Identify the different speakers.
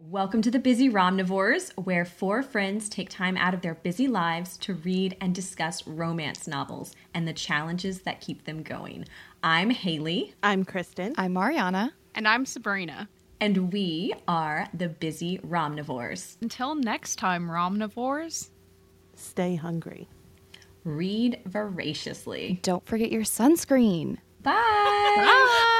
Speaker 1: Welcome to the Busy Romnivores, where four friends take time out of their busy lives to read and discuss romance novels and the challenges that keep them going. I'm Haley,
Speaker 2: I'm Kristen.
Speaker 3: I'm Mariana.
Speaker 4: And I'm Sabrina.
Speaker 1: and we are the Busy Romnivores.
Speaker 4: Until next time, Romnivores.
Speaker 2: Stay hungry.
Speaker 1: Read voraciously.
Speaker 3: Don't forget your sunscreen.
Speaker 1: Bye.
Speaker 4: Bye.